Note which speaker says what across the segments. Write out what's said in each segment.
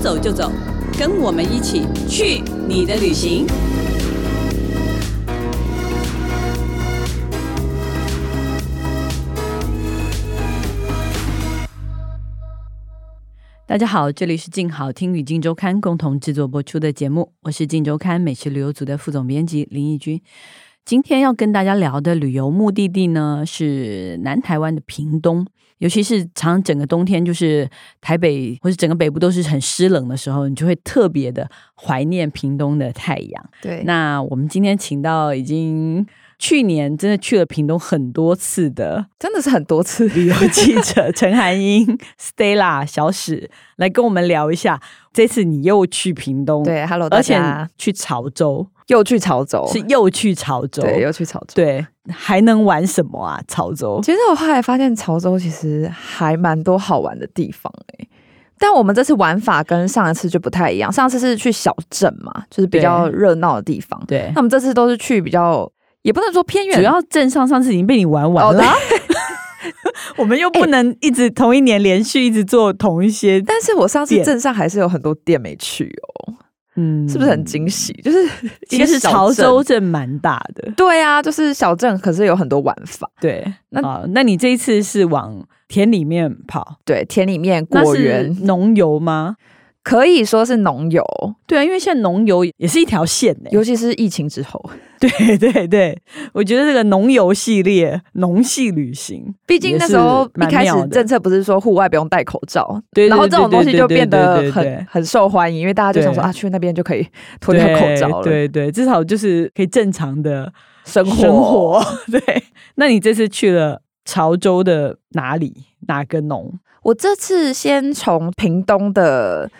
Speaker 1: 走就走，跟我们一起去你的旅行。大家好，这里是静好听与静周刊共同制作播出的节目，我是静周刊美食旅游组的副总编辑林义君。今天要跟大家聊的旅游目的地呢，是南台湾的屏东，尤其是常整个冬天，就是台北或是整个北部都是很湿冷的时候，你就会特别的怀念屏东的太阳。
Speaker 2: 对，
Speaker 1: 那我们今天请到已经去年真的去了屏东很多次的
Speaker 2: 真的是很多次。
Speaker 1: 旅游记者陈涵英、Stella、小史来跟我们聊一下，这次你又去屏东，，
Speaker 2: 对，Hello 大
Speaker 1: 而且
Speaker 2: 家，
Speaker 1: 去潮州，
Speaker 2: 又去潮州，
Speaker 1: 是又去潮州，
Speaker 2: 对，又去潮州。
Speaker 1: 对，还能玩什么啊？潮州
Speaker 2: 其实我后来发现潮州其实还蛮多好玩的地方哎、但我们这次玩法跟上一次就不太一样，上次是去小镇嘛，就是比较热闹的地方。
Speaker 1: 对
Speaker 2: 那，我们这次都是去比较，也不能说偏远，
Speaker 1: 主要镇上上次已经被你玩
Speaker 2: 哦
Speaker 1: 完了，
Speaker 2: 对
Speaker 1: 我们又不能一直同一年连续一直做同一些，
Speaker 2: 但是我上次
Speaker 1: 店
Speaker 2: 镇上还是有很多店没去哦，
Speaker 1: 嗯
Speaker 2: 是不是很惊？喜？就是
Speaker 1: 其实
Speaker 2: 一个小
Speaker 1: 潮
Speaker 2: 镇
Speaker 1: 州镇蛮大的，
Speaker 2: 对啊，就是小镇，可是有很多玩法。
Speaker 1: 对。
Speaker 2: 那
Speaker 1: 啊，那你这一次是往田里面跑，
Speaker 2: 对，田里面
Speaker 1: 那
Speaker 2: 果
Speaker 1: 是
Speaker 2: 园
Speaker 1: 农游吗？
Speaker 2: 可以说是农游，
Speaker 1: 对啊，因为现在农游也是一条线欸呢、
Speaker 2: 尤其是疫情之后，
Speaker 1: 对对对，我觉得这个农游系列、农系旅行，
Speaker 2: 毕竟那时候
Speaker 1: 也
Speaker 2: 一
Speaker 1: 是蛮
Speaker 2: 开
Speaker 1: 妙
Speaker 2: 始
Speaker 1: 的
Speaker 2: 政策不是说户外不用戴口罩，
Speaker 1: 对对
Speaker 2: 然后这种
Speaker 1: 对
Speaker 2: 东西
Speaker 1: 对
Speaker 2: 就
Speaker 1: 对
Speaker 2: 变
Speaker 1: 对
Speaker 2: 得
Speaker 1: 对对
Speaker 2: 很很受欢迎，因为大家就想说
Speaker 1: 对
Speaker 2: 啊，去那边就可以脱掉口罩了，
Speaker 1: 对对对，至少就是可以正常的
Speaker 2: 生活
Speaker 1: 生活。 对，那你这次去了潮州的哪里？哪个农？
Speaker 2: 我这次先从屏东的。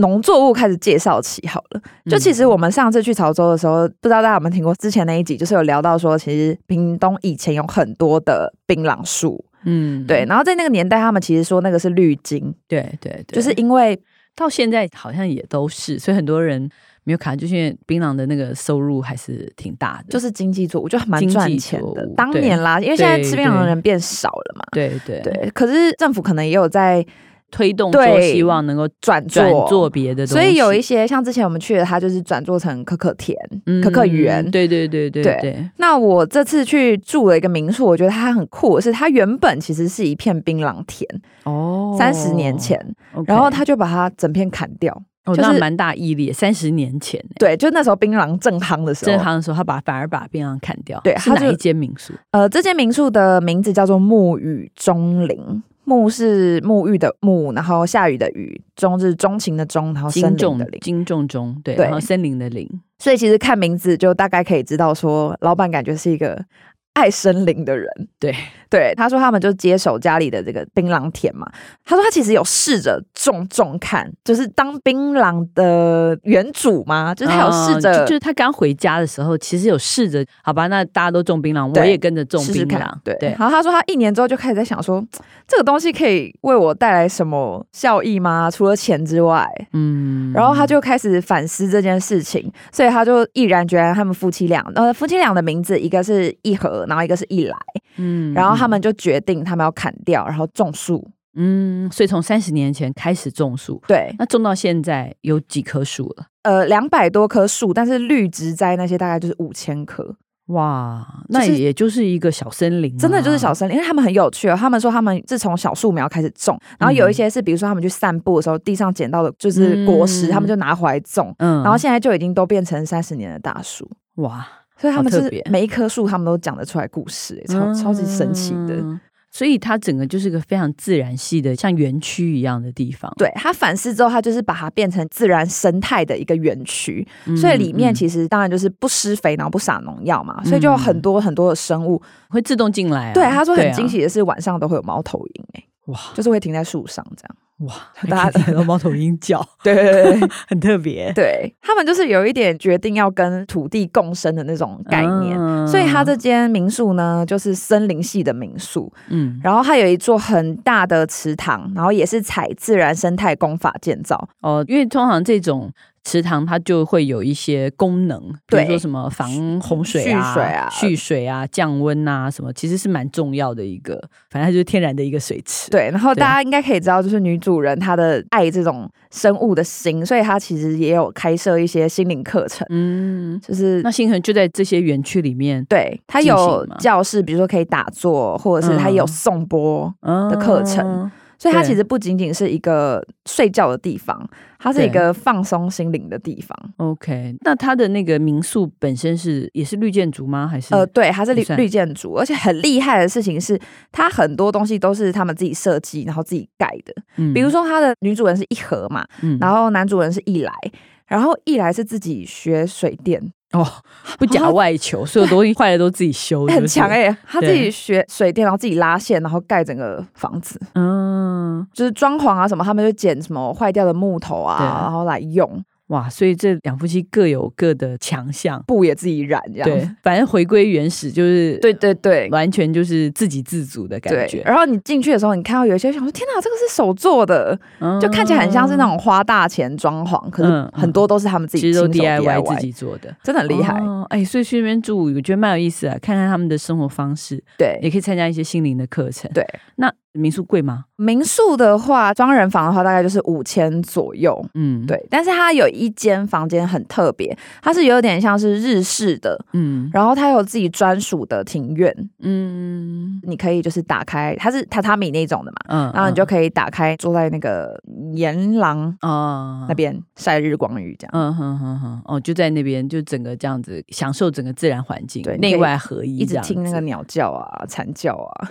Speaker 2: 农作物开始介绍起好了。就其实我们上次去潮州的时候，不知道大家有没有听过之前那一集，就是有聊到说，其实屏东以前有很多的槟榔树，
Speaker 1: 嗯，
Speaker 2: 对。然后在那个年代，他们其实说那个是绿金，
Speaker 1: 对对对，
Speaker 2: 就是因为
Speaker 1: 到现在好像也都是，所以很多人没有卡，就是因为槟榔的那个收入还是挺大的，
Speaker 2: 就是是经济作物，就蛮
Speaker 1: 经济
Speaker 2: 赚钱的
Speaker 1: 作物。
Speaker 2: 当
Speaker 1: 对
Speaker 2: 年啦，因为现在
Speaker 1: 对
Speaker 2: 吃槟榔的
Speaker 1: 对
Speaker 2: 人变少了嘛，
Speaker 1: 对对
Speaker 2: 对。可是政府可能也有在
Speaker 1: 推动说
Speaker 2: 对
Speaker 1: 希望能够
Speaker 2: 转做，
Speaker 1: 转做别的东西，
Speaker 2: 所以有一些像之前我们去的，它就是转做成可可田、
Speaker 1: 嗯
Speaker 2: 可可园。
Speaker 1: 对对对对
Speaker 2: 对
Speaker 1: 对，
Speaker 2: 那我这次去住了一个民宿，我觉得它很酷，的是它原本其实是一片槟榔田，
Speaker 1: 哦
Speaker 2: 三十年前，然后他就把它整片砍掉。
Speaker 1: 哦，
Speaker 2: 就是
Speaker 1: 那蛮大毅力，三十年前欸
Speaker 2: 对，就那时候槟榔正夯的时候，
Speaker 1: 正行的时候，他把反而把槟榔砍掉，
Speaker 2: 对
Speaker 1: 是
Speaker 2: 他
Speaker 1: 哪
Speaker 2: 就
Speaker 1: 一间民宿？
Speaker 2: 呃，这间民宿的名字叫做沐雨中林，沐是沐浴的沐，然后下雨的雨，中是钟情的钟，然后哦森
Speaker 1: 金
Speaker 2: 林
Speaker 1: 仲
Speaker 2: 的林。
Speaker 1: 金仲中，对，
Speaker 2: 对
Speaker 1: 然后森林的林，
Speaker 2: 所以其实看名字就大概可以知道说，老板感觉是一个爱森林的人。
Speaker 1: 对
Speaker 2: 对，他说他们就接手家里的这个槟榔田嘛。他说他其实有试着种种看，就是当槟榔的原主嘛，就是他有试
Speaker 1: 嗯
Speaker 2: 着、
Speaker 1: 就就是他刚回家的时候，其实有试着，好吧，那大家都种槟榔，
Speaker 2: 对
Speaker 1: 我也跟着种
Speaker 2: 试试
Speaker 1: 槟
Speaker 2: 看
Speaker 1: 榔，
Speaker 2: 对，然后他说他一年之后就开始在想说，这个东西可以为我带来什么效益吗？除了钱之外，
Speaker 1: 嗯，
Speaker 2: 然后他就开始反思这件事情，所以他就毅然决然，他们夫妻俩，呃，夫妻俩的名字一个是一和，然后一个是一来，
Speaker 1: 嗯
Speaker 2: 然后他们就决定他们要砍掉，然后种树。
Speaker 1: 嗯，所以从三十年前开始种树，
Speaker 2: 对，
Speaker 1: 那种到现在有几棵树了？
Speaker 2: 呃，两百多棵树，但是绿植栽那些大概就是五千棵，
Speaker 1: 哇，
Speaker 2: 就
Speaker 1: 那
Speaker 2: 是
Speaker 1: 也就是一个小森林啊，
Speaker 2: 真的就是小森林。因为他们很有趣哦，他们说他们是从小树苗开始种，然后有一些是比如说他们去散步的时候地上捡到的就是果实，
Speaker 1: 嗯
Speaker 2: 他们就拿回来种，
Speaker 1: 嗯，
Speaker 2: 然后现在就已经都变成三十年的大树。
Speaker 1: 哇，
Speaker 2: 所以他们
Speaker 1: 好
Speaker 2: 就
Speaker 1: 特
Speaker 2: 是
Speaker 1: 别
Speaker 2: 每一棵树，他们都讲得出来故事、超、超级神奇的。
Speaker 1: 嗯所以它整个就是个非常自然系的，像园区一样的地方。
Speaker 2: 对他反思之后，他就是把它变成自然生态的一个园区，
Speaker 1: 嗯
Speaker 2: 所以里面
Speaker 1: 嗯
Speaker 2: 其实当然就是不施肥，然后不撒农药嘛，所以就有很多很多的生物。
Speaker 1: 会自动进嗯来、啊。
Speaker 2: 对，他说很
Speaker 1: 啊
Speaker 2: 惊喜的是晚上都会有猫头鹰、欸，
Speaker 1: 哇
Speaker 2: 就是会停在树上这样。
Speaker 1: 哇，
Speaker 2: 大
Speaker 1: 大
Speaker 2: 家
Speaker 1: 家听到猫头鹰叫，
Speaker 2: 对对对
Speaker 1: 很特别
Speaker 2: 对，他们就是有一点决定要跟土地共生的那种概念。
Speaker 1: 嗯
Speaker 2: 所以他这间民宿呢，就是森林系的民宿，
Speaker 1: 嗯
Speaker 2: 然后它有一座很大的池塘，然后也是采自然生态工法建造，
Speaker 1: 哦，因为通常这种。池塘它就会有一些功能，比如
Speaker 2: 对
Speaker 1: 说什么防洪水啊、
Speaker 2: 蓄水啊
Speaker 1: 蓄水啊、降温啊什么，其实是蛮重要的一个，反正它就是天然的一个水池。
Speaker 2: 对，然后
Speaker 1: 对
Speaker 2: 大家应该可以知道，就是女主人她的爱这种生物的心，所以她其实也有开设一些心灵课程，
Speaker 1: 嗯，
Speaker 2: 就是
Speaker 1: 那星恒就在这些园区里面
Speaker 2: 对她
Speaker 1: 进行
Speaker 2: 有
Speaker 1: 吗
Speaker 2: 教室，比如说可以打坐，或者是她有
Speaker 1: 嗯
Speaker 2: 颂钵，
Speaker 1: 的
Speaker 2: 课
Speaker 1: 哦
Speaker 2: 程所以它
Speaker 1: 对
Speaker 2: 其实不仅仅是一个睡觉的地方，它是一
Speaker 1: 对
Speaker 2: 个放松心灵的地方。
Speaker 1: OK，那它的那个民宿本身是也是绿建筑吗？还是
Speaker 2: 呃，对，它是绿
Speaker 1: 也算
Speaker 2: 绿建筑，而且很厉害的事情是，它很多东西都是他们自己设计，然后自己盖的。
Speaker 1: 嗯
Speaker 2: 比如说，它的女主人是一盒嘛，
Speaker 1: 嗯
Speaker 2: 然后男主人是一来，然后一来是自己学水电，
Speaker 1: 哦，不假外求，所有东西坏了都自己修，
Speaker 2: 很强
Speaker 1: 哎。
Speaker 2: 哎、他自己学水电，然后自己拉线，然后盖整个房子，
Speaker 1: 嗯，
Speaker 2: 就是装潢啊什么，他们就捡什么坏掉的木头啊
Speaker 1: 对，
Speaker 2: 然后来用，
Speaker 1: 哇，所以这两夫妻各有各的强项。
Speaker 2: 布也自己染这样
Speaker 1: 对
Speaker 2: 子。，
Speaker 1: 反正回归原始就是
Speaker 2: 对对对。
Speaker 1: 完全就是自给自足的感
Speaker 2: 对，
Speaker 1: 觉，
Speaker 2: 然后你进去的时候，你看到有一些想说：“天哪，这个是手做的，
Speaker 1: 嗯
Speaker 2: 就看起来很像是那种花大钱装潢，可
Speaker 1: 嗯
Speaker 2: 是
Speaker 1: 嗯
Speaker 2: 很多都是他们自己
Speaker 1: 其实
Speaker 2: 亲
Speaker 1: 都
Speaker 2: 手
Speaker 1: DIY 自己做的，
Speaker 2: 真的很厉害。
Speaker 1: 哦哎、所以去那边住，我觉得蛮有意思啊，看看他们的生活方式，也
Speaker 2: 对，
Speaker 1: 可以参加一些心灵的课程。
Speaker 2: 对，
Speaker 1: 那民宿贵吗？
Speaker 2: 民宿的话，双人房的话大概就是五千左右，
Speaker 1: 嗯，，
Speaker 2: 对，但是它有一间房间很特别，它是有点像是日式的，
Speaker 1: 嗯
Speaker 2: 然后它有自己专属的庭院，
Speaker 1: 嗯
Speaker 2: 你可以就是打开，它是榻榻米那种的嘛，
Speaker 1: 嗯，
Speaker 2: 然后你就可以打开，坐在那个沿廊
Speaker 1: 啊
Speaker 2: 那。边晒日光浴这样，
Speaker 1: 嗯哼哼哼，哦，就在那边，就整个这样子享受整个自然环境，
Speaker 2: 对你可以
Speaker 1: 内外合一，
Speaker 2: 一直
Speaker 1: 这样
Speaker 2: 听那
Speaker 1: 子
Speaker 2: 个鸟叫啊、蝉叫啊，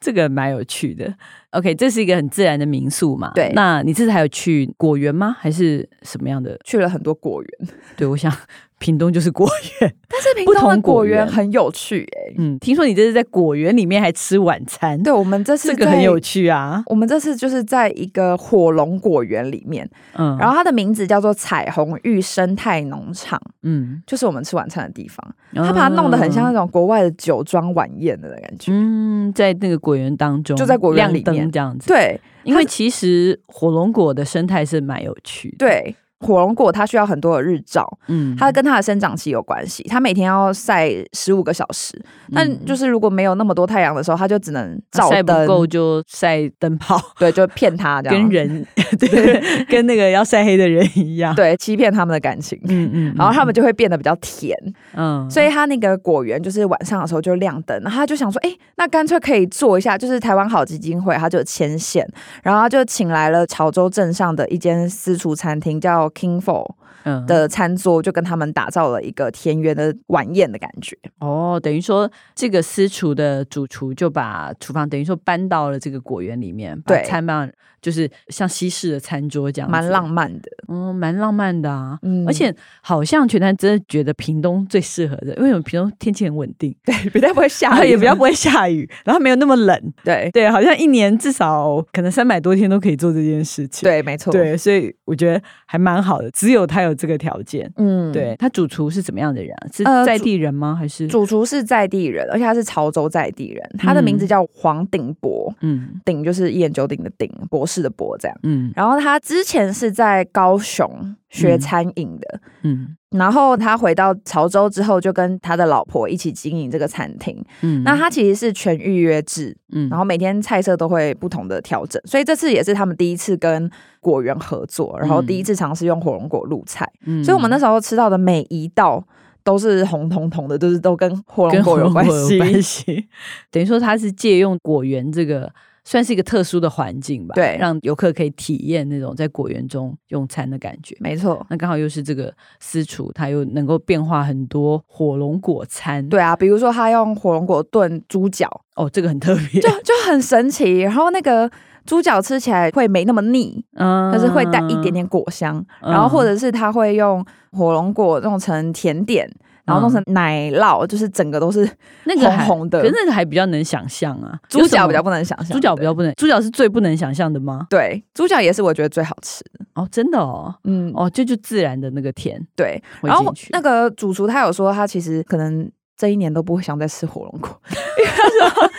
Speaker 1: 这个蛮有趣的。OK，这是一个很自然的民宿嘛。
Speaker 2: 对
Speaker 1: 那你这次还有去果园吗？还是什么样的？
Speaker 2: 去了很多果园，
Speaker 1: 对，我想 屏东就是 果园。
Speaker 2: 但是屏
Speaker 1: 不
Speaker 2: 东
Speaker 1: 同
Speaker 2: 的
Speaker 1: 果
Speaker 2: 果园
Speaker 1: 园
Speaker 2: 很有趣哎、
Speaker 1: 嗯，听说你这是在果园里面还吃晚餐，
Speaker 2: 对我们这次
Speaker 1: 这个很有
Speaker 2: 在。
Speaker 1: 趣啊。
Speaker 2: 我们这次就是在一个火龙果园里面，
Speaker 1: 嗯，
Speaker 2: 然后它的名字叫做彩虹玉生态农场，
Speaker 1: 嗯，
Speaker 2: 就是我们吃晚餐的地方。他把它弄得很像那种国外的酒庄晚宴的感觉。
Speaker 1: 嗯，在那个果园当中，
Speaker 2: 就在果园里面
Speaker 1: 亮灯这样子。，
Speaker 2: 对
Speaker 1: 因为其实火龙果的生态是蛮有趣的。，
Speaker 2: 对，火龙果它需要很多的日照，
Speaker 1: 嗯
Speaker 2: 它跟它的生长期有关系。它每天要晒十五个小时，
Speaker 1: 嗯
Speaker 2: 但就是如果没有那么多太阳的时候，它就只能照
Speaker 1: 啊晒不够
Speaker 2: 灯，
Speaker 1: 就晒灯泡，
Speaker 2: 对，就骗它 这样，
Speaker 1: 跟人 对，跟那个要晒黑的人一样。
Speaker 2: 对欺骗他们的感情。
Speaker 1: 嗯嗯
Speaker 2: 然后他们就会变得比较甜，
Speaker 1: 嗯，
Speaker 2: 所以它那个果园就是晚上的时候就亮灯，然后他就想说，哎、那干脆可以做一下，就是台湾好基金会，他就牵线，然后他就请来了潮州镇上的一间私厨餐厅，叫 King Four，
Speaker 1: 嗯
Speaker 2: 的餐桌，就跟他们打造了一个田园的晚宴的感觉。
Speaker 1: 哦，等于说这个私厨的主厨就把厨房等于说搬到了这个果园里面，把
Speaker 2: 对
Speaker 1: 餐搬就是像西式的餐桌这样子，
Speaker 2: 蛮浪漫的，
Speaker 1: 嗯，蛮浪漫的啊。
Speaker 2: 嗯
Speaker 1: 而且好像全台真的觉得屏东最适合的，因为我们屏东天气很稳定，
Speaker 2: 对比较不
Speaker 1: 然
Speaker 2: 会
Speaker 1: 后
Speaker 2: 下雨，
Speaker 1: 也比较不会下雨，然后没有那么冷。
Speaker 2: 对
Speaker 1: 对，好像一年至少可能三百多天都可以做这件事情。
Speaker 2: 对，没错，，
Speaker 1: 对，所以我觉得还蛮好的，只有他有这个条件。
Speaker 2: 嗯，。
Speaker 1: 对他主厨是怎么样的人啊？是
Speaker 2: 呃
Speaker 1: 在
Speaker 2: 主
Speaker 1: 地人吗？还是
Speaker 2: 主厨是在地人，而且他是潮州在地人，他的名字叫黄鼎博，
Speaker 1: 嗯
Speaker 2: 鼎就是一言九鼎的鼎，博士的博这样。
Speaker 1: 嗯
Speaker 2: 然后他之前是在高雄学餐饮的，
Speaker 1: 嗯
Speaker 2: 然后他回到潮州之后，就跟他的老婆一起经营这个餐厅。
Speaker 1: 嗯
Speaker 2: 那他其实是全预约制，
Speaker 1: 嗯
Speaker 2: 然后每天菜色都会不同的调整，所以这次也是他们第一次跟果园合作，然后第一次尝试用火龙果露菜，
Speaker 1: 嗯
Speaker 2: 所以我们那时候吃到的每一道都是红彤彤的，就是都跟火龙
Speaker 1: 跟
Speaker 2: 果
Speaker 1: 火
Speaker 2: 有
Speaker 1: 龙果
Speaker 2: 关系。
Speaker 1: 系， 等于说它是借用果园这个。算是一个特殊的环境吧，
Speaker 2: 对
Speaker 1: 让游客可以体验那种在果园中用餐的感觉。
Speaker 2: 没错，
Speaker 1: 那刚好又是这个私厨，它又能够变化很多火龙果餐，，
Speaker 2: 对啊，比如说他用火龙果炖猪脚，
Speaker 1: 哦，这个很特别
Speaker 2: 就，就很神奇。然后那个猪脚吃起来会没那么腻，
Speaker 1: 嗯
Speaker 2: 可是会带一点，点果香。
Speaker 1: 嗯
Speaker 2: 然后或者是他会用火龙果弄成甜点，然后弄成奶酪，就是整个都是
Speaker 1: 那个还
Speaker 2: 红红的
Speaker 1: 可是那个还比较能想象啊，
Speaker 2: 猪脚比较
Speaker 1: 不
Speaker 2: 不能想象。
Speaker 1: 猪脚比较不能，猪脚是最不能想象的吗？
Speaker 2: 对，猪脚也是我觉得最好吃的。
Speaker 1: 哦，真的哦，
Speaker 2: 嗯，
Speaker 1: 哦，这就自然的那个甜
Speaker 2: 对。
Speaker 1: 会
Speaker 2: 然后
Speaker 1: 进去，
Speaker 2: 那个主 厨他有说，他其实可能这一年都不会想再吃火龙果，因为他说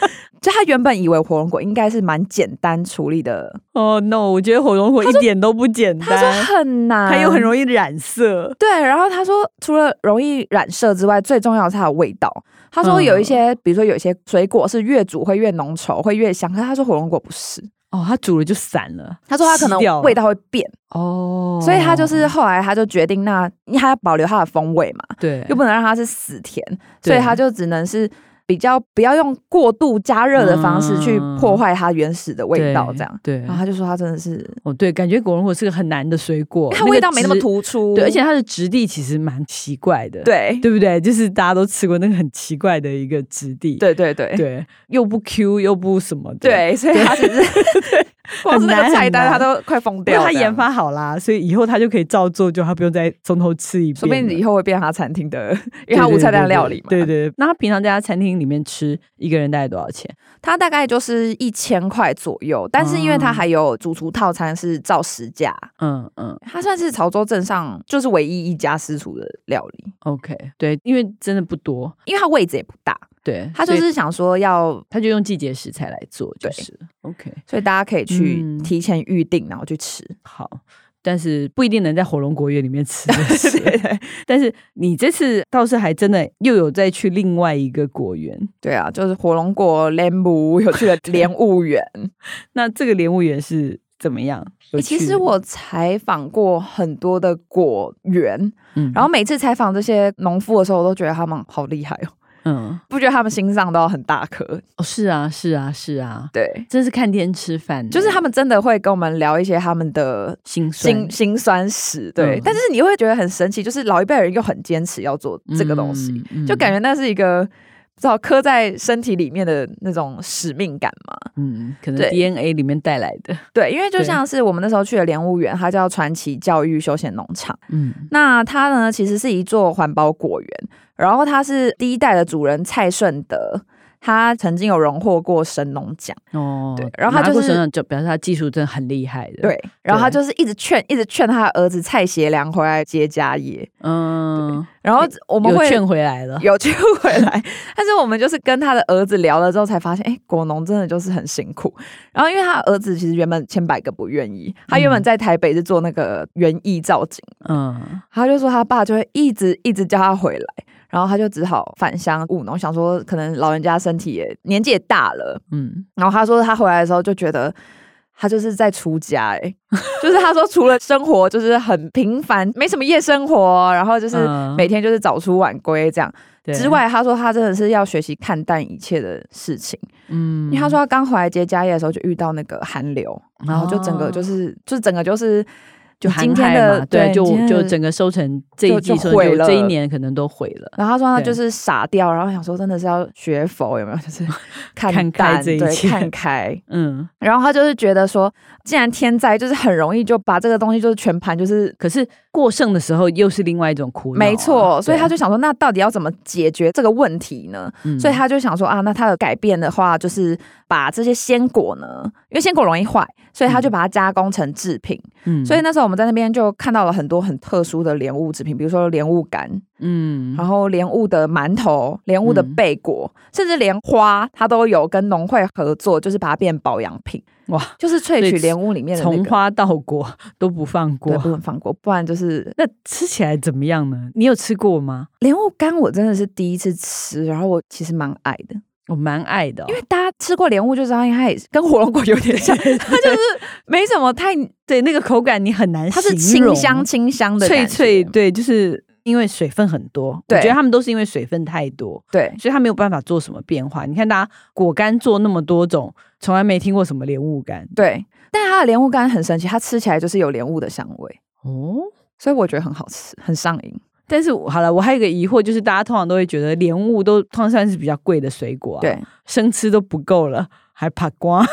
Speaker 2: 就他原本以为火龙果应该是蛮简单处理的，
Speaker 1: 哦、no！我觉得火龙果一点都不简
Speaker 2: 他说
Speaker 1: 单，
Speaker 2: 很难，
Speaker 1: 它又很容易染色。
Speaker 2: 对，然后他说，除了容易染色之外，最重要的是它的味道。他说有一些，比如说有一些水果是越煮会越浓稠，会越香，可是他说火龙果不是。
Speaker 1: 哦，它煮了就散了。
Speaker 2: 他说他可能
Speaker 1: 吸掉了
Speaker 2: 味道会变，
Speaker 1: 哦，
Speaker 2: 所以他就是后来他就决定那，因为他要保留它的风味嘛，
Speaker 1: 对，
Speaker 2: 又不能让它是死甜，
Speaker 1: 对
Speaker 2: 所以他就只能是比较不要用过度加热的方式去
Speaker 1: 嗯
Speaker 2: 破坏它原始的味道，这样。啊
Speaker 1: 对。对
Speaker 2: 然后他就说他真的是，
Speaker 1: 哦，对，感觉火龙果是个很难的水果，
Speaker 2: 它
Speaker 1: 个
Speaker 2: 味道没那么
Speaker 1: 质
Speaker 2: 突出，
Speaker 1: 对，而且它的质地其实蛮奇怪的，
Speaker 2: 对
Speaker 1: 对不对？就是大家都吃过那个很奇怪的一个质地，
Speaker 2: 对对对
Speaker 1: 对，又不 Q 又不什么的，，
Speaker 2: 对，所以他只 是 光是
Speaker 1: 很
Speaker 2: 那个
Speaker 1: 难
Speaker 2: 菜单
Speaker 1: 很难
Speaker 2: 他都快疯
Speaker 1: 因为
Speaker 2: 掉了。
Speaker 1: 它研发好啦，所以以后它就可以照做，就它不用再从头吃一遍了，
Speaker 2: 说不定以后会变他餐厅的， 因
Speaker 1: 对
Speaker 2: 为他无
Speaker 1: 对对
Speaker 2: 菜单
Speaker 1: 对
Speaker 2: 料理嘛。
Speaker 1: 对对对，那他平常在家餐厅里面吃，一个人大概多少钱？
Speaker 2: 它大概就是一千块左右，但是因为它
Speaker 1: 嗯
Speaker 2: 还有主厨套餐是照实价，
Speaker 1: 嗯嗯
Speaker 2: 它算是潮州镇上就是唯一一家私厨的料理，
Speaker 1: ，OK，对，因为真的不多，
Speaker 2: 因为它位置也不大，
Speaker 1: 对，
Speaker 2: 它就
Speaker 1: 所以
Speaker 2: 是想说要，
Speaker 1: 他就用季节食材来做，就
Speaker 2: 对
Speaker 1: 是了 OK，
Speaker 2: 所以大家可以去
Speaker 1: 嗯
Speaker 2: 提前预定，然后去吃。
Speaker 1: 好。但是不一定能在火龙果园里面 吃就是了，但是你这次倒是还真的又有再去另外一个果园，
Speaker 2: 对啊，就是火龙果、莲雾， 有 趣的莲雾园。
Speaker 1: 那这个莲雾园是怎么样？有
Speaker 2: 欸其
Speaker 1: 趣
Speaker 2: 实
Speaker 1: 吗，
Speaker 2: 我采访过很多的果园，
Speaker 1: 嗯
Speaker 2: 然后每次采访这些农夫的时候，我都觉得他们好厉害哦，
Speaker 1: 嗯，
Speaker 2: 不觉得他们心脏都要很大颗？
Speaker 1: 哦，是啊，是啊，是啊，
Speaker 2: 对，
Speaker 1: 真是看天吃饭呢，
Speaker 2: 就是他们真的会跟我们聊一些他们的
Speaker 1: 心酸
Speaker 2: 辛，辛酸史，对。
Speaker 1: 嗯
Speaker 2: 但是你会觉得很神奇，就是老一辈人又很坚持要做这个东西，
Speaker 1: 嗯，
Speaker 2: 就感
Speaker 1: 觉
Speaker 2: 觉那是一个。不知道刻在身体里面的那种使命感嘛？
Speaker 1: 嗯，可能
Speaker 2: 对
Speaker 1: DNA 里面带来的，
Speaker 2: 对，因为就
Speaker 1: 对
Speaker 2: 像是我们那时候去的莲雾园，它叫传奇教育休闲农场。
Speaker 1: 嗯
Speaker 2: 那它呢，其实是一座环保果园，然后它是第一代的主人蔡顺德，他曾经有荣获过神农奖，
Speaker 1: 哦
Speaker 2: 对然后他
Speaker 1: 拿过
Speaker 2: 就
Speaker 1: 手
Speaker 2: 是
Speaker 1: 掌就表示他技术真的很厉害的，，
Speaker 2: 对，然后他就是一直劝，一直劝他的儿子蔡协良回来接家业，
Speaker 1: 嗯，
Speaker 2: 然后我
Speaker 1: 我
Speaker 2: 们会
Speaker 1: 劝回来了，
Speaker 2: 有劝回来，但是我们就是跟他的儿子聊了之后才发现，哎，果农真的就是很辛苦。然后因为他儿子其实原本千百个不愿意，他原本在台北是做那个园艺造景。
Speaker 1: 嗯，
Speaker 2: 他就说他爸就会一直一直叫他回来，然后他就只好返乡务农，想说可能老人家身体也年纪也大了，
Speaker 1: 嗯，
Speaker 2: 然后他说他回来的时候就觉得。他就是在出家、欸，就是他说除了生活就是很平凡，没什么夜生活，然后就是
Speaker 1: 嗯
Speaker 2: 每天就是早出晚归这样。
Speaker 1: 对
Speaker 2: 之，外，他说他真的是要学习看淡一切的事情，
Speaker 1: 嗯
Speaker 2: 因为他说他刚回来接家业的时候就遇到那个寒流，然后就整个就是、就整个就是
Speaker 1: 就
Speaker 2: 今
Speaker 1: 寒
Speaker 2: 天
Speaker 1: 害
Speaker 2: 的
Speaker 1: 哦嘛对，就
Speaker 2: 今天
Speaker 1: 就
Speaker 2: 的
Speaker 1: 整个收成这一
Speaker 2: 就
Speaker 1: 季
Speaker 2: 就
Speaker 1: 收成
Speaker 2: 毁
Speaker 1: 就这一
Speaker 2: 了
Speaker 1: 年可能都毁了。
Speaker 2: 然后他说他
Speaker 1: 对
Speaker 2: 就是傻掉，然后想说真的是要学佛有没有？就是 看
Speaker 1: 看开
Speaker 2: 淡
Speaker 1: 这一
Speaker 2: 对
Speaker 1: 切
Speaker 2: 看开。
Speaker 1: 嗯，
Speaker 2: 然后他就是觉得说，既然天灾就是很容易就把这个东西就是全盘就是。
Speaker 1: 可是过剩的时候又是另外一种苦恼啊、
Speaker 2: 没错，所以
Speaker 1: 对
Speaker 2: 他就想说，那到底要怎么解决这个问题呢？
Speaker 1: 嗯
Speaker 2: 所以他就想说啊，那他的改变的话，就是把这些鲜果呢，因为鲜果容易坏，所以他就把它加工成制品。
Speaker 1: 嗯
Speaker 2: 所以那时候我们在那边就看到了很多很特殊的莲雾制品，比如说莲雾干，
Speaker 1: 嗯
Speaker 2: 然后莲雾的馒头、莲雾的
Speaker 1: 嗯
Speaker 2: 贝果，甚至莲花，它都有跟农会合作，就是把它变保养品，
Speaker 1: 哇，
Speaker 2: 就是萃
Speaker 1: 所以
Speaker 2: 取莲雾里面的那
Speaker 1: 从
Speaker 2: 个。
Speaker 1: 花到果都不放
Speaker 2: 对，
Speaker 1: 过。
Speaker 2: 不能放过，不然就是
Speaker 1: 那吃起来怎么样呢？你有吃过吗？
Speaker 2: 莲雾干，我真的是第一次吃，然后我其实蛮爱的，
Speaker 1: 我蛮爱的哦、
Speaker 2: 因为大家吃过莲雾就知道，它也是跟火龙果有点 像，它就是没什么太，
Speaker 1: 对那个口感你很难
Speaker 2: 它
Speaker 1: 形
Speaker 2: 是
Speaker 1: 容，
Speaker 2: 清香清香的
Speaker 1: 脆
Speaker 2: 感觉
Speaker 1: 脆，对，就是因为水分很多。我
Speaker 2: 对
Speaker 1: 觉得他们都是因为水分太多，
Speaker 2: 对
Speaker 1: 所以他没有办法做什么变化。你看，大家果干做那么多种，从来没听过什么莲雾干。
Speaker 2: 对。但它的莲雾干很神奇，它吃起来就是有莲雾的香味，
Speaker 1: 哦，
Speaker 2: 所以我觉得很好吃，很上瘾。
Speaker 1: 但是我好了，我还有一个疑惑，就是大家通常都会觉得莲雾都通常算是比较贵的水果、啊，，
Speaker 2: 对，
Speaker 1: 生吃都不够了，还怕光，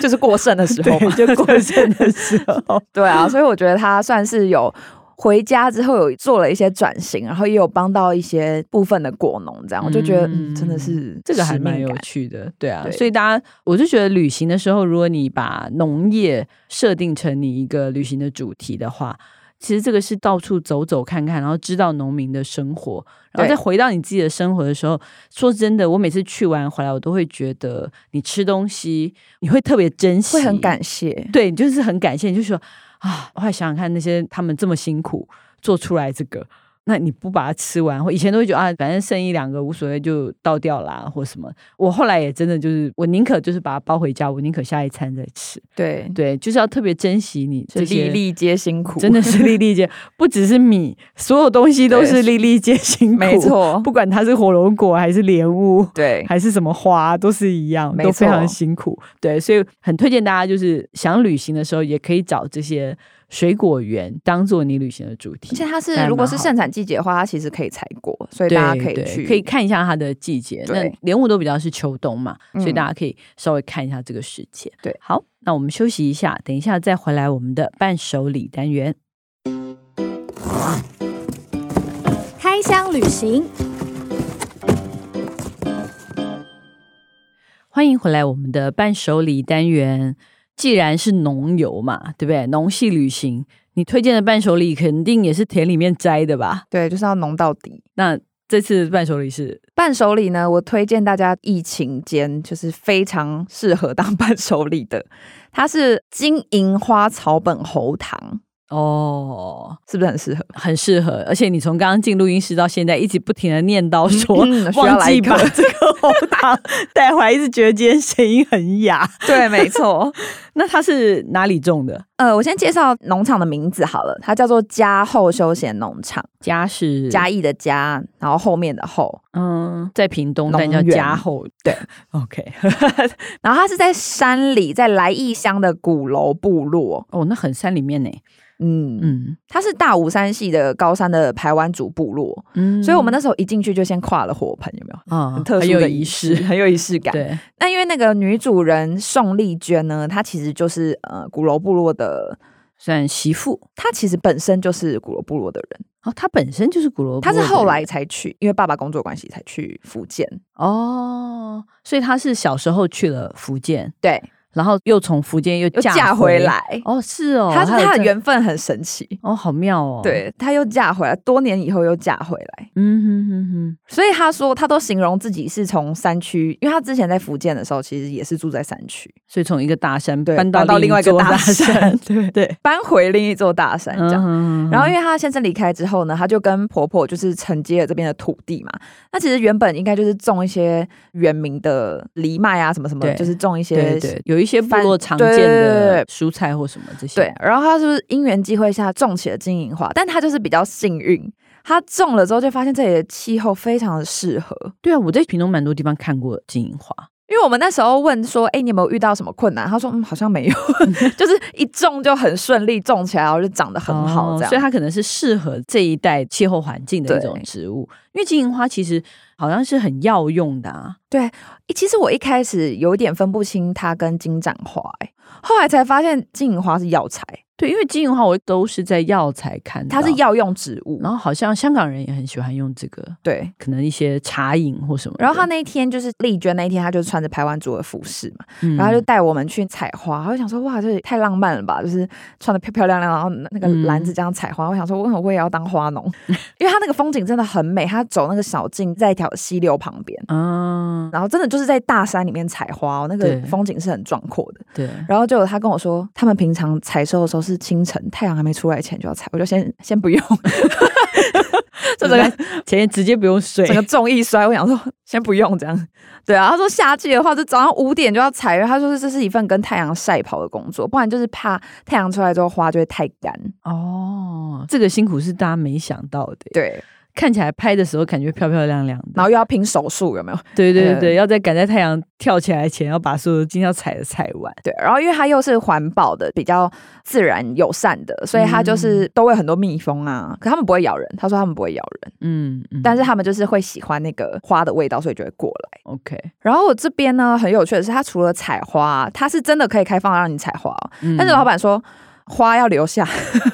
Speaker 2: 就是过剩的时候嘛，
Speaker 1: 就过剩的时候，
Speaker 2: 对啊，所以我觉得他算是有回家之后有做了一些转型，然后也有帮到一些部分的果农，这样、我就觉得、嗯、真的是
Speaker 1: 这个还
Speaker 2: 使命
Speaker 1: 蛮有
Speaker 2: 感
Speaker 1: 趣的，对啊，
Speaker 2: 对
Speaker 1: 所以大家我就觉得旅行的时候，如果你把农业设定成你一个旅行的主题的话。其实这个是到处走走看看，然后知道农民的生活，然后
Speaker 2: 对
Speaker 1: 再回到你自己的生活的时候，说真的，我每次去完回来，我都会觉得你吃东西你会特别珍惜，
Speaker 2: 会很感谢。
Speaker 1: 对，你就是很感谢，你就说啊，我还想想看那些他们这么辛苦做出来这个，那你不把它吃完，或以前都会觉得啊，反正剩一两个无所谓，就倒掉啦或什么。我后来也真的就是，我宁可就是把它包回家，我宁可下一餐再吃。
Speaker 2: 对，
Speaker 1: 对，就是要特别珍惜你
Speaker 2: 就
Speaker 1: 这些
Speaker 2: 粒。粒皆辛苦，
Speaker 1: 真的是粒粒皆，不只是米，所有东西都
Speaker 2: 对
Speaker 1: 是粒粒皆辛苦。
Speaker 2: 没，错，
Speaker 1: 不管它是火龙果还是莲雾，
Speaker 2: 对，
Speaker 1: 还是什么花，都是一样，
Speaker 2: 没
Speaker 1: 都非常
Speaker 2: 错
Speaker 1: 辛苦。对，所以很推荐大家，就是想旅行的时候，也可以找这些水果园当做你旅行的主
Speaker 2: 而
Speaker 1: 题
Speaker 2: 且。它
Speaker 1: 还
Speaker 2: 是
Speaker 1: 蛮
Speaker 2: 如果是
Speaker 1: 好
Speaker 2: 盛产季节的话，它其实可以采果，所以
Speaker 1: 对
Speaker 2: 大家可以
Speaker 1: 对
Speaker 2: 去
Speaker 1: 可以看一下它的季节。那
Speaker 2: 对
Speaker 1: 莲雾都比较是秋冬嘛，
Speaker 2: 嗯
Speaker 1: 所以大家可以稍微看一下这个世界。
Speaker 2: 对
Speaker 1: 好，那我们休息一下，等一下再回来我们的伴手礼单元。
Speaker 3: 开箱旅行，
Speaker 1: 欢迎回来我们的伴手礼单元。既然是农游嘛，对不对？农系旅行，你推荐的伴手礼肯定也是田里面摘的吧？
Speaker 2: 对，就是要浓到底。
Speaker 1: 那这次的伴手礼是
Speaker 2: 伴手礼呢，我推荐大家疫情间就是非常适合当 伴手礼的，它是金银花草本喉糖，
Speaker 1: 哦，
Speaker 2: 是不是很适合？
Speaker 1: 很适合，而且你从刚刚进录音室到现在，一直不停的念叨说。
Speaker 2: 嗯需要
Speaker 1: 忘
Speaker 2: 来一
Speaker 1: 记把
Speaker 2: 个，
Speaker 1: 这个喉糖 带回来，一直觉得今天声音很哑。
Speaker 2: 对，没错。
Speaker 1: 那它是哪里种的？
Speaker 2: 呃，我先介绍农场的名字好了，它叫做嘉后休闲农场，
Speaker 1: 家是
Speaker 2: 嘉，义的嘉，然后后面的后，
Speaker 1: 嗯，在屏东，
Speaker 2: 农
Speaker 1: 但
Speaker 2: 园
Speaker 1: 叫家后。
Speaker 2: 对
Speaker 1: ，OK，
Speaker 2: 然后它是在山里，在来义乡的鼓楼部落，
Speaker 1: 哦，那很山里面呢。
Speaker 2: 嗯嗯，
Speaker 1: 嗯
Speaker 2: 它是大武山系的高山的排湾族部落，
Speaker 1: 嗯
Speaker 2: 所以我们那时候一进去就先跨了火盆，有没有？
Speaker 1: 啊
Speaker 2: 很特
Speaker 1: 很
Speaker 2: 殊
Speaker 1: 有
Speaker 2: 的
Speaker 1: 仪式，
Speaker 2: 很有仪式 感。
Speaker 1: 对，
Speaker 2: 那因为那个女主人宋丽娟呢，她其实就是呃鼓楼部落的，
Speaker 1: 算媳妇
Speaker 2: 她其实本身就是鼓楼部落的人，
Speaker 1: 哦，她本身就是古罗，
Speaker 2: 她是后来才去，因为爸爸工作关系才去福建。
Speaker 1: 哦，所以她是小时候去了福建，
Speaker 2: 对，
Speaker 1: 然后又从福建又
Speaker 2: 又嫁回。来。
Speaker 1: 哦，是哦，
Speaker 2: 她
Speaker 1: 还有
Speaker 2: 她
Speaker 1: 这
Speaker 2: 的缘分很神奇，
Speaker 1: 哦，好妙哦。，
Speaker 2: 对，她又嫁回来，多年以后又嫁回来，
Speaker 1: 嗯哼哼哼，
Speaker 2: 所以她说她都形容自己是从山区，因为她之前在福建的时候，其实也是住在山区，
Speaker 1: 所以从一个大山
Speaker 2: 对
Speaker 1: 搬到
Speaker 2: 搬到另外一个
Speaker 1: 座
Speaker 2: 大
Speaker 1: 大
Speaker 2: 山
Speaker 1: 对对，
Speaker 2: 搬回另一座大山这样。
Speaker 1: 嗯
Speaker 2: 然后因为她先生离开之后呢，她就跟婆婆就是承接了这边的土地嘛。那其实原本应该就是种一些原民的藜麦啊，什么什么
Speaker 1: 对，
Speaker 2: 就是种一些
Speaker 1: 对对，有一些部
Speaker 2: 番
Speaker 1: 落常
Speaker 2: 对
Speaker 1: 见的
Speaker 2: 对对
Speaker 1: 蔬菜或什么这些，
Speaker 2: 对，然后她就是因缘际会下种起了金银花，但她就是比较幸运，她种了之后就发现这里的气候非常的适合。
Speaker 1: 对啊，我在屏东蛮多地方看过金银花，
Speaker 2: 因为我们那时候问说，哎、你有没有遇到什么困难？她说，嗯，好像没有，就是一种就很顺利，种起来然后就长得很好，
Speaker 1: 哦
Speaker 2: 这样。
Speaker 1: 所以它可能是适合这一带气候环境的一
Speaker 2: 对
Speaker 1: 种植物，因为金银花其实好像是很药用的啊，
Speaker 2: 欸其实我一开始有点分不清它跟金盏花、欸，后来才发现金银花是药材，
Speaker 1: 对，因为金银花我都是在药材看到，
Speaker 2: 它是，药用植物
Speaker 1: 然。后好像香港人也很喜欢用这个，
Speaker 2: 对，
Speaker 1: 可能一些茶饮或什么的，
Speaker 2: 然后他那一天就是丽娟那一天，她就穿着排湾族的服饰嘛，
Speaker 1: 嗯，
Speaker 2: 然后她就带我们去采花。我就想说，哇，这也太浪漫了吧！就是穿的漂漂亮亮，然后那个
Speaker 1: 嗯
Speaker 2: 篮子这样采花。我想说，为什么我也要当花农？ 因为她那个风景真的很美，她走那个小径，在一条溪流旁边。
Speaker 1: 啊，
Speaker 2: 然后真的就是在大山里面采花、哦，那个
Speaker 1: 对
Speaker 2: 风景是很壮阔的。
Speaker 1: 对，
Speaker 2: 然后就有他跟我说，他们平常采收的时候是清晨，太阳还没出来前就要采，我就先先不用， 就整个
Speaker 1: 钱直接不用睡
Speaker 2: 整个重一摔，我想说先不用这样。对啊，他说夏季的话，就早上五点就要采，因为他说这是一份跟太阳晒跑的工作，不然就是怕太阳出来之后花就会太干。
Speaker 1: 哦，这个辛苦是大家没想到的，，
Speaker 2: 对，
Speaker 1: 看起来拍的时候感觉漂漂亮亮的，
Speaker 2: 然后又要拼手速，有没有？
Speaker 1: 对对
Speaker 2: 呃
Speaker 1: 对对，要在赶在太阳跳起来前，要把所有今天要采的采完，
Speaker 2: 对，然后因为它又是环保的，比较自然友善的，所以它就是都会很多蜜蜂啊，可他们不会咬人。他说他们不会咬人，
Speaker 1: 嗯，嗯
Speaker 2: 但是他们就是会喜欢那个花的味道，所以就会过来。
Speaker 1: OK，
Speaker 2: 然后我这边呢，很有趣的是，它除了采花，它是真的可以开放让你采花哦、
Speaker 1: 嗯
Speaker 2: 但是老板说花要留下，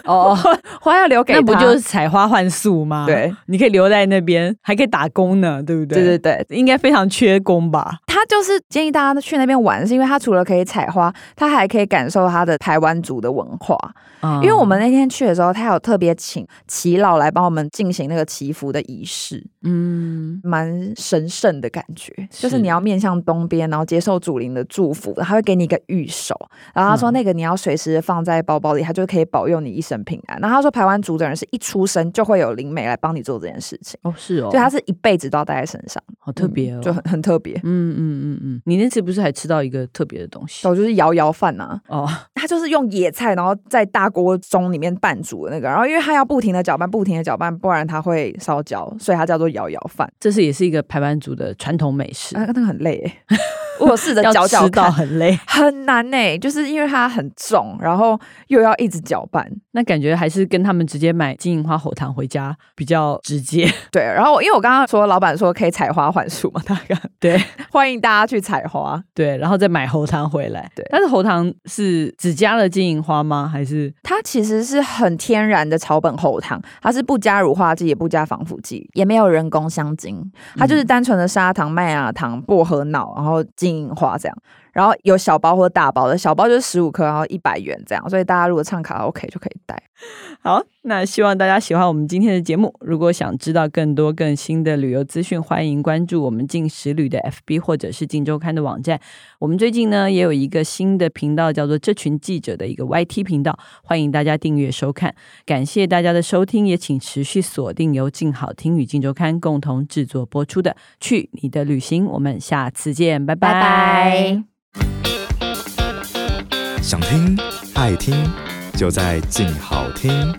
Speaker 1: 哦，
Speaker 2: 花要留给
Speaker 1: 那不
Speaker 2: 他
Speaker 1: 就是采花换宿吗？，
Speaker 2: 对
Speaker 1: 啊你可以留在那边，还可以打工呢，对不对？
Speaker 2: 对对对，
Speaker 1: 对，应该非常缺工吧？
Speaker 2: 他它就是建议大家去那边玩，是因为它除了可以采花，它还可以感受它的台湾族的文化。
Speaker 1: 嗯
Speaker 2: 因为我们那天去的时候，他有特别请耆老来帮我们进行那个祈福的仪式，
Speaker 1: 嗯，
Speaker 2: 蛮神圣的感觉。
Speaker 1: 是
Speaker 2: 就是你要面向东边，然后接受祖灵的祝福，他会给你一个玉手，然后他说
Speaker 1: 嗯
Speaker 2: 那个你要随时放在包包里，他就可以保佑你一生平安。然后他说台湾族的人是一出生就会有灵媒来帮你做这件事情，
Speaker 1: 哦是哦，
Speaker 2: 所以他是一辈子都要带在身上，
Speaker 1: 好特别哦，
Speaker 2: 嗯就很很特别。
Speaker 1: 嗯嗯嗯嗯，你那次不是还吃到一个特别的东西
Speaker 2: 我哦就是摇摇饭呐、啊，
Speaker 1: 哦？
Speaker 2: 他就是用野菜，然后在大锅中里面拌煮的那个，然后因为他要不停的搅拌，不停的搅拌，不然它会烧焦，所以它叫做摇摇饭。
Speaker 1: 这是也是一个排班族的传统美食
Speaker 2: 啊，，那个很累耶， 我有试着
Speaker 1: 要
Speaker 2: 搅搅
Speaker 1: 吃到
Speaker 2: 看，
Speaker 1: 很累，
Speaker 2: 很难呢、就是因为它很重，然后又要一直搅拌。
Speaker 1: 那感觉还是跟他们直接买金银花喉糖回家比较直接。
Speaker 2: 对，然后因为我刚刚说老板说可以采花还树嘛，大概
Speaker 1: 对
Speaker 2: 欢迎大家去采花。
Speaker 1: 对，然后再买喉糖回来。
Speaker 2: 对
Speaker 1: 但是喉糖是只加了金银花吗？还是
Speaker 2: 它其实是很天然的草本喉糖，它是不加乳化剂，也不加防腐剂，也没有人工香精，它就是单纯的砂糖、麦芽糖、薄荷脑，然后金银花这样。然后有小包或大包的，小包就是十五颗，然后一百元这样。所以大家如果唱卡拉 OK 就可以带。
Speaker 1: 好，那希望大家喜欢我们今天的节目。如果想知道更多更新的旅游资讯，欢迎关注我们静时旅的 FB 或者是静周刊的网站。我们最近呢也有一个新的频道，叫做“这群记者”的一个 YT 频道，欢迎大家订阅收看。感谢大家的收听，也请持续锁定由静好听与静周刊共同制作播出的《去你的旅行》，我们下次见，拜拜。
Speaker 2: 拜拜。
Speaker 4: 想听爱听，就在静好听。